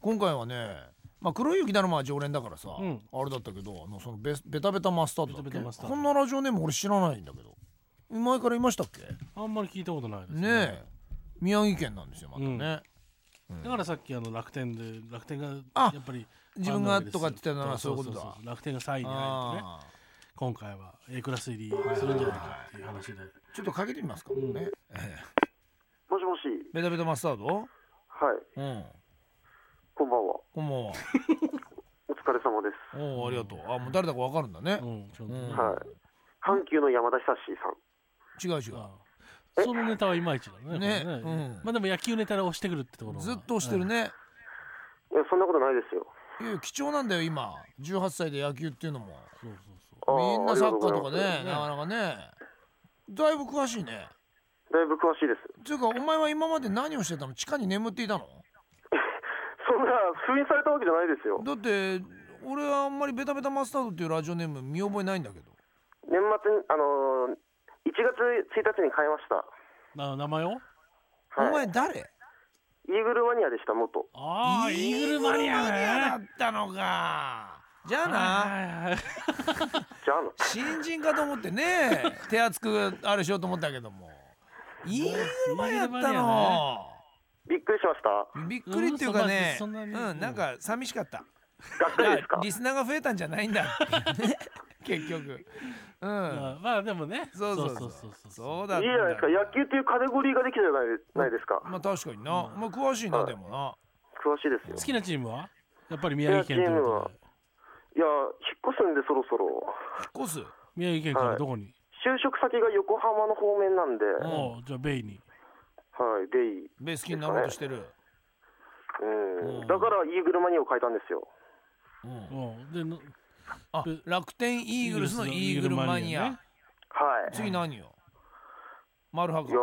今回はねまあ黒い雪だるまは常連だからさ、うんあれだったけどあのそのベベタベタマスタードだっけベタベタマスタードこんなラジオネーム俺知らないんだけど前からいましたっけあんまり聞いたことないですねねえ宮城県なんですよまたね、だからさっきあの楽天で楽天があやっぱり自分がとかって言ってたのはそそうういうそうこそとうだそう楽天が3位に入ってねああ今回は A クラス入りするんじゃないかっていう話でちょっとかけてみますか、んねええもしもし、ベタベタマスタードはい、うんこんばんは。こんばんはお疲れ様です。おおありがとうあもう誰だかわかるんだね、うんちょっとうねんはい。阪急の山田久志さん。違う違うああそのネタはいまいちだねねこれうんまあでも野球ネタで押してくるってところがずっと押してるね、いや、そんなことないですよ。いや貴重なんだよ今18歳で野球っていうのもうんそうそうあーみんなサッカーとかねありがうございますなかなかねだいぶ詳しいねだいぶ詳しいです。っていうかお前は今まで何をしてたの地下に眠っていたのそんな、封印されたわけじゃないですよ。だって俺はあんまりベタベタマスタードっていうラジオネーム見覚えないんだけど年末に、あのー、1月1日に変えましそた。うな名前をおはい。前誰イーグルマニアでした、元。ああイーグルマニイーグルマニアアだねったのかじゃあなはいはいはいじゃあの。新人かと思って ね手厚くあれしようと思ったけどもイーグルマニアだったイーグルマニのびっくりしました。びっくりっていうかねうんそんなにうんなんか寂しかったがっかりですかリスナーが増えたんじゃないんだ 結局うまんあまあでもねそうそうそうそうだっいたいじんゃないですか。野球っていうカテゴリーができたじゃないないですか。まあ確かにな、まあ詳しいなでもな詳しいですよ好。きなチームはやっぱり宮城県ということでいや、引っ越すんでそろそろ。引っ越す宮城県からどこに、就職先が横浜の方面なんで、んおうじゃあベイにはい、でいい。ベース気になろうとしてる、ううんん、だからイーグルマニアを変えたんですよ。うん、おうで のあべ楽天イーグルスのイーグルマニアねはい。次何よ丸いや箱、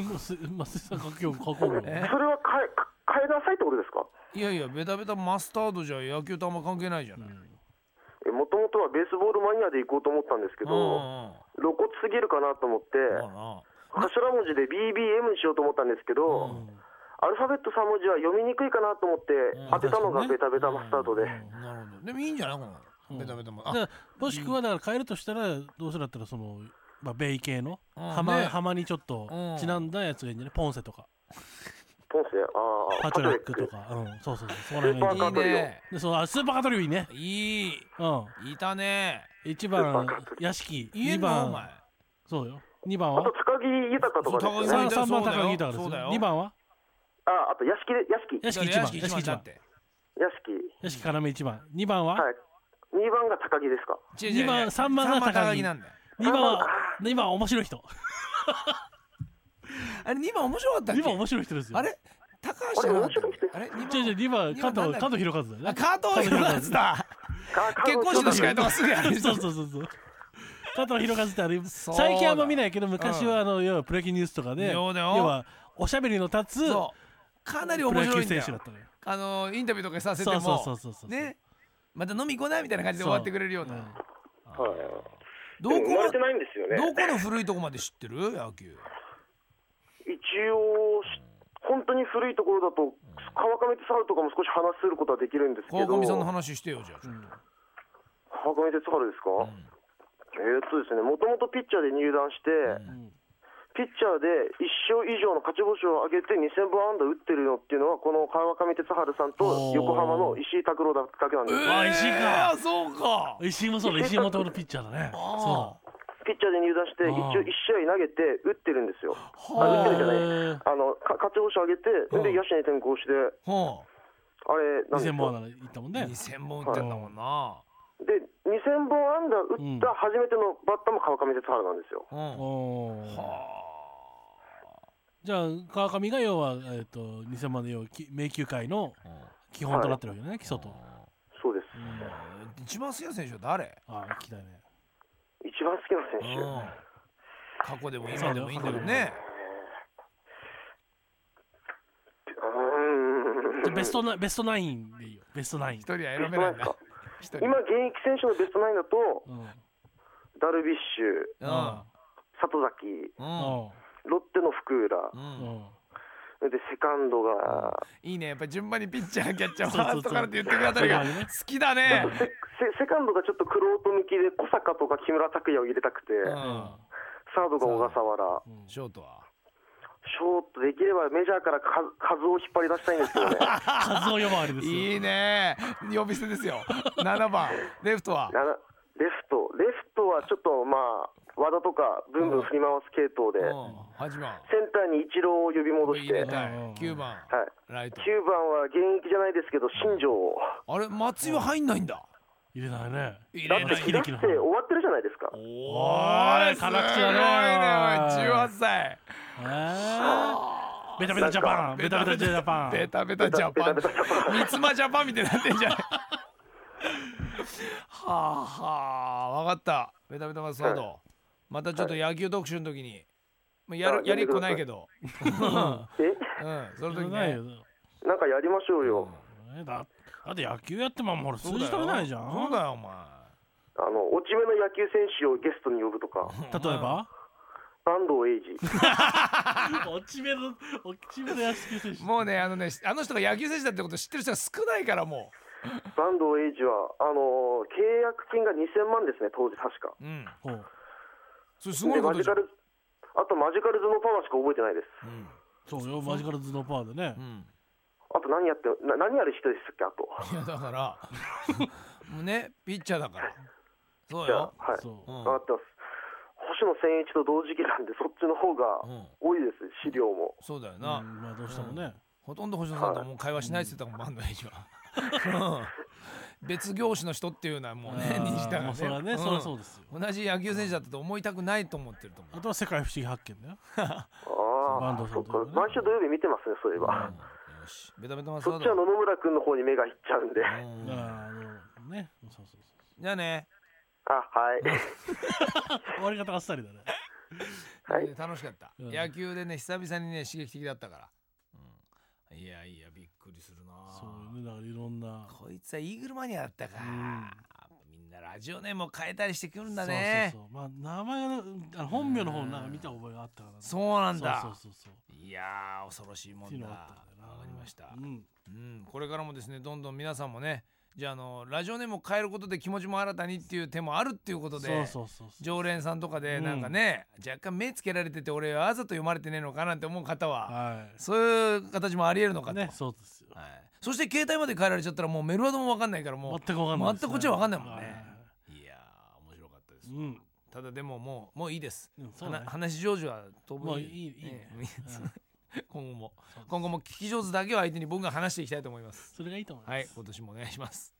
もうすまあ、すさん書きよう書こうよえそれは変え変えなさいってことですかいやいやベタベタマスタードじゃ野球とあんま関係ないじゃない、うんえもともとはベースボールマニアで行こうと思ったんですけうんど、露骨すぎるかなと思って、まあな頭文字で BBM にしようと思ったんですけうど、んアルファベット3文字は読みにくいかなと思って、ん当てたのがベタベタマスタードで。なるほどでもいいんじゃないこのベタベタもあだからもしくはだから変えるとしたらどうせだったらその、まあ、ベイ系のうん浜,、ね浜にちょっとうんちなんだやつがいいんじゃないポンセとかポンセ、あパあ、チパョトラリッックク。とか、うん、そうそうそうそこら辺がいスーいパねーいいねでそうあスーパーカトリーいいね、いいういたねん、1スーパ番ーカトリ屋敷言え2んのお番前そうよ2番あはと、塚木豊とかですそうよね。高木 3, 三番高木豊でそうすだよよ2番はあ、あと屋敷で、屋敷。屋敷1だ番から屋敷屋敷一1だ番って屋敷。屋敷要1番2番は、はい。2番が高木ですか。違う違う違う二番三番が三高木なんだよ2番は2番は面白い人あれ二番面白かったっけ2番面白い人ですよあれ高橋じゃなかったっけあれ違う違う2番二加番藤なんだっけ加藤博和だよねあ加藤博和だか結婚式の司会とかすぐやるそう人そうそうそう。加藤博和ってあれそうだ最近あんま見ないけど昔はあの、要はプロ野球ニュースとかでそうだよ要はおしゃべりの立つそうかなりプロ面野白球いんだ選手だよったのよ。あのインタビューとかさせてもそうそうそうそうそうねまた飲み行こうなみたいな感じで終わってくれるような、うんはい。どこでも生まれてのないんですよね。どこの古いとこまで知ってる野球一応し本当に古いところだと川上哲治とかも少し話することはできるんですけ川ど上さんの話してよじゃあちょっ川上哲治ですか、えーっとですねもともとピッチャーで入団して、ピッチャーで1勝以上の勝ち星を挙げて2000本安打打ってるのっていうのはこの川上哲治さんと横浜の石井拓郎だけなんでとす、あ石井かえーそうか石井もそうだ石井もともとピッチャー だね。そピッチャーで入団してあ一ー応1試合投げて打ってるんですう。よあ打ってるじゃないへーあのか勝ち星上げてで野手に転向してほあれなんです2000よ本なら行ったもんうね。 2000本打ってんだもんなで2000本安打打った初めてのバッターも川上哲治なんですよ、うんおーじゃあ川上が要はえっと2000万で要はき迷宮界の基本となってるわけだね基礎と。そうです、うん一番好きな選手は誰ああ来たね。一番好きな選う手、ん過去でも今でもいいんだけどそうだねうーんじゃあベストナベストナインでいいよベストナイン一。人は選べないんそうだ一人今現役選手のベストナインだとうん。ダルビッシうんュ里崎ううんん。ロッテの福浦うんうんでセカンドが、いいねやっぱり順番にピッチャーキャッチャーフそうそうァーそうストからって言ってくるあたりがそ好うだねきだねせセカンドがちょっとクロート向きで小坂とか木村拓哉を入れたくて、うんサードが小笠原、うんショートはショートできればメジャーからカズを引っ張り出したいんですけどね、数を呼ばわりですよいいね呼び捨てですよ7番レフトはなレフト、レフトはちょっとまあ、和田とかブンブン振り回す系統で、 8番センターにイチローを呼び戻し入て、はれい、9たい9番ライト番は現役じゃないですけど、新庄を、あれ松井は入んないんだ入れないね入だれっなて、い木だだって終わってるじゃないですか。おーーいす辛ごい口ねおいだね18歳えーベタベタジャパンベタベタジャパンベタベタジャパンベタベタジャパン三つ間ジャパンみたいになってんじゃないはあはあ分かったベタベタマスワード、またちょっと野球特集の時に、まあ、やるあやりっこないけどえうんそのそれ時ないねよなんかやりましょうよ。えだだって野球やってもほら数そうだ字よ取れないじゃんそうだよお前あの落ち目の野球選手をゲストに呼ぶとか、例えば坂東エイジ、落ち目の落ち目の野球選手もうねあのねあの人が野球選手だってこと知ってる人が少ないからも坂東エイジはあの契約金が2000万ですね、当時、確か。ううんほうそれすごでいこマとジじゃカんルあとマジカルズのパワーしか覚えてないです。うんそうよマジカルズのパーでねうんあと何やってな何やる人ですっけあと。いやだから もうねピッチャーだからそうじゃあよ、はい。そううん分かってます。星野千一と同時期なんでそっちの方がうん多いです、資料も。そうだようんな、まあどうしてもねほとんど星野さんとはもう会話しないって言ってたもん、バンドエイジは。うん別業種の人っていうのはもうね、あー認識だまあそれからはね。ねそりゃそうでですよ同じ野球選手だったと思いたくないと思ってると思う。あとは世界不思議発見だよああ坂東、さそんっとかかね。毎週土曜日見てますね、そういえば。うんよし、ベタベタマスそワっーちはド。野々村君の方に目がいっちゃうんで。あ、うんあーあのねそうそうそじゃあね、はい。う終わり方あっさりだねはいで楽しかった。うん野球でね、久々にね、刺激的だったから。うんいやいや、びっくりするな。そういうねだからいろんなこいつはイーグルマニアだったかうん。みんなラジオネームを変えたりしてくるんだそねう。そうそうまあ名前はあの本名の方なんか見た覚えがあったからねそうなんだ。そうそうそうそういやー恐ろしいもっていんうだ。のわがあかったんだよなりましたう。んうん、これからもですね、どんどん皆さんもね、じゃああのラジオネームを変えることで気持ちも新たにっていう手もあるっていうことで、そうそうそうそう常連さんとかでうんなんかね、若干目つけられてて俺わざと読まれてねえのかなって思う方は、はそういう形もありえるのかいと。ねそうですよはい。そして携帯まで変えられちゃったらもうメルワードもわかんないからもう全く分かんないです全ねくこっちはわかんないもんはねい。いやー面白かったです。うんただでももうもういいです。うんそうねはな話し上手は当分もういいいいねええ今後も今後も聞き上手だけを相手に僕が話していきたいと思います。それがいいと思いますはい、今年もお願いします。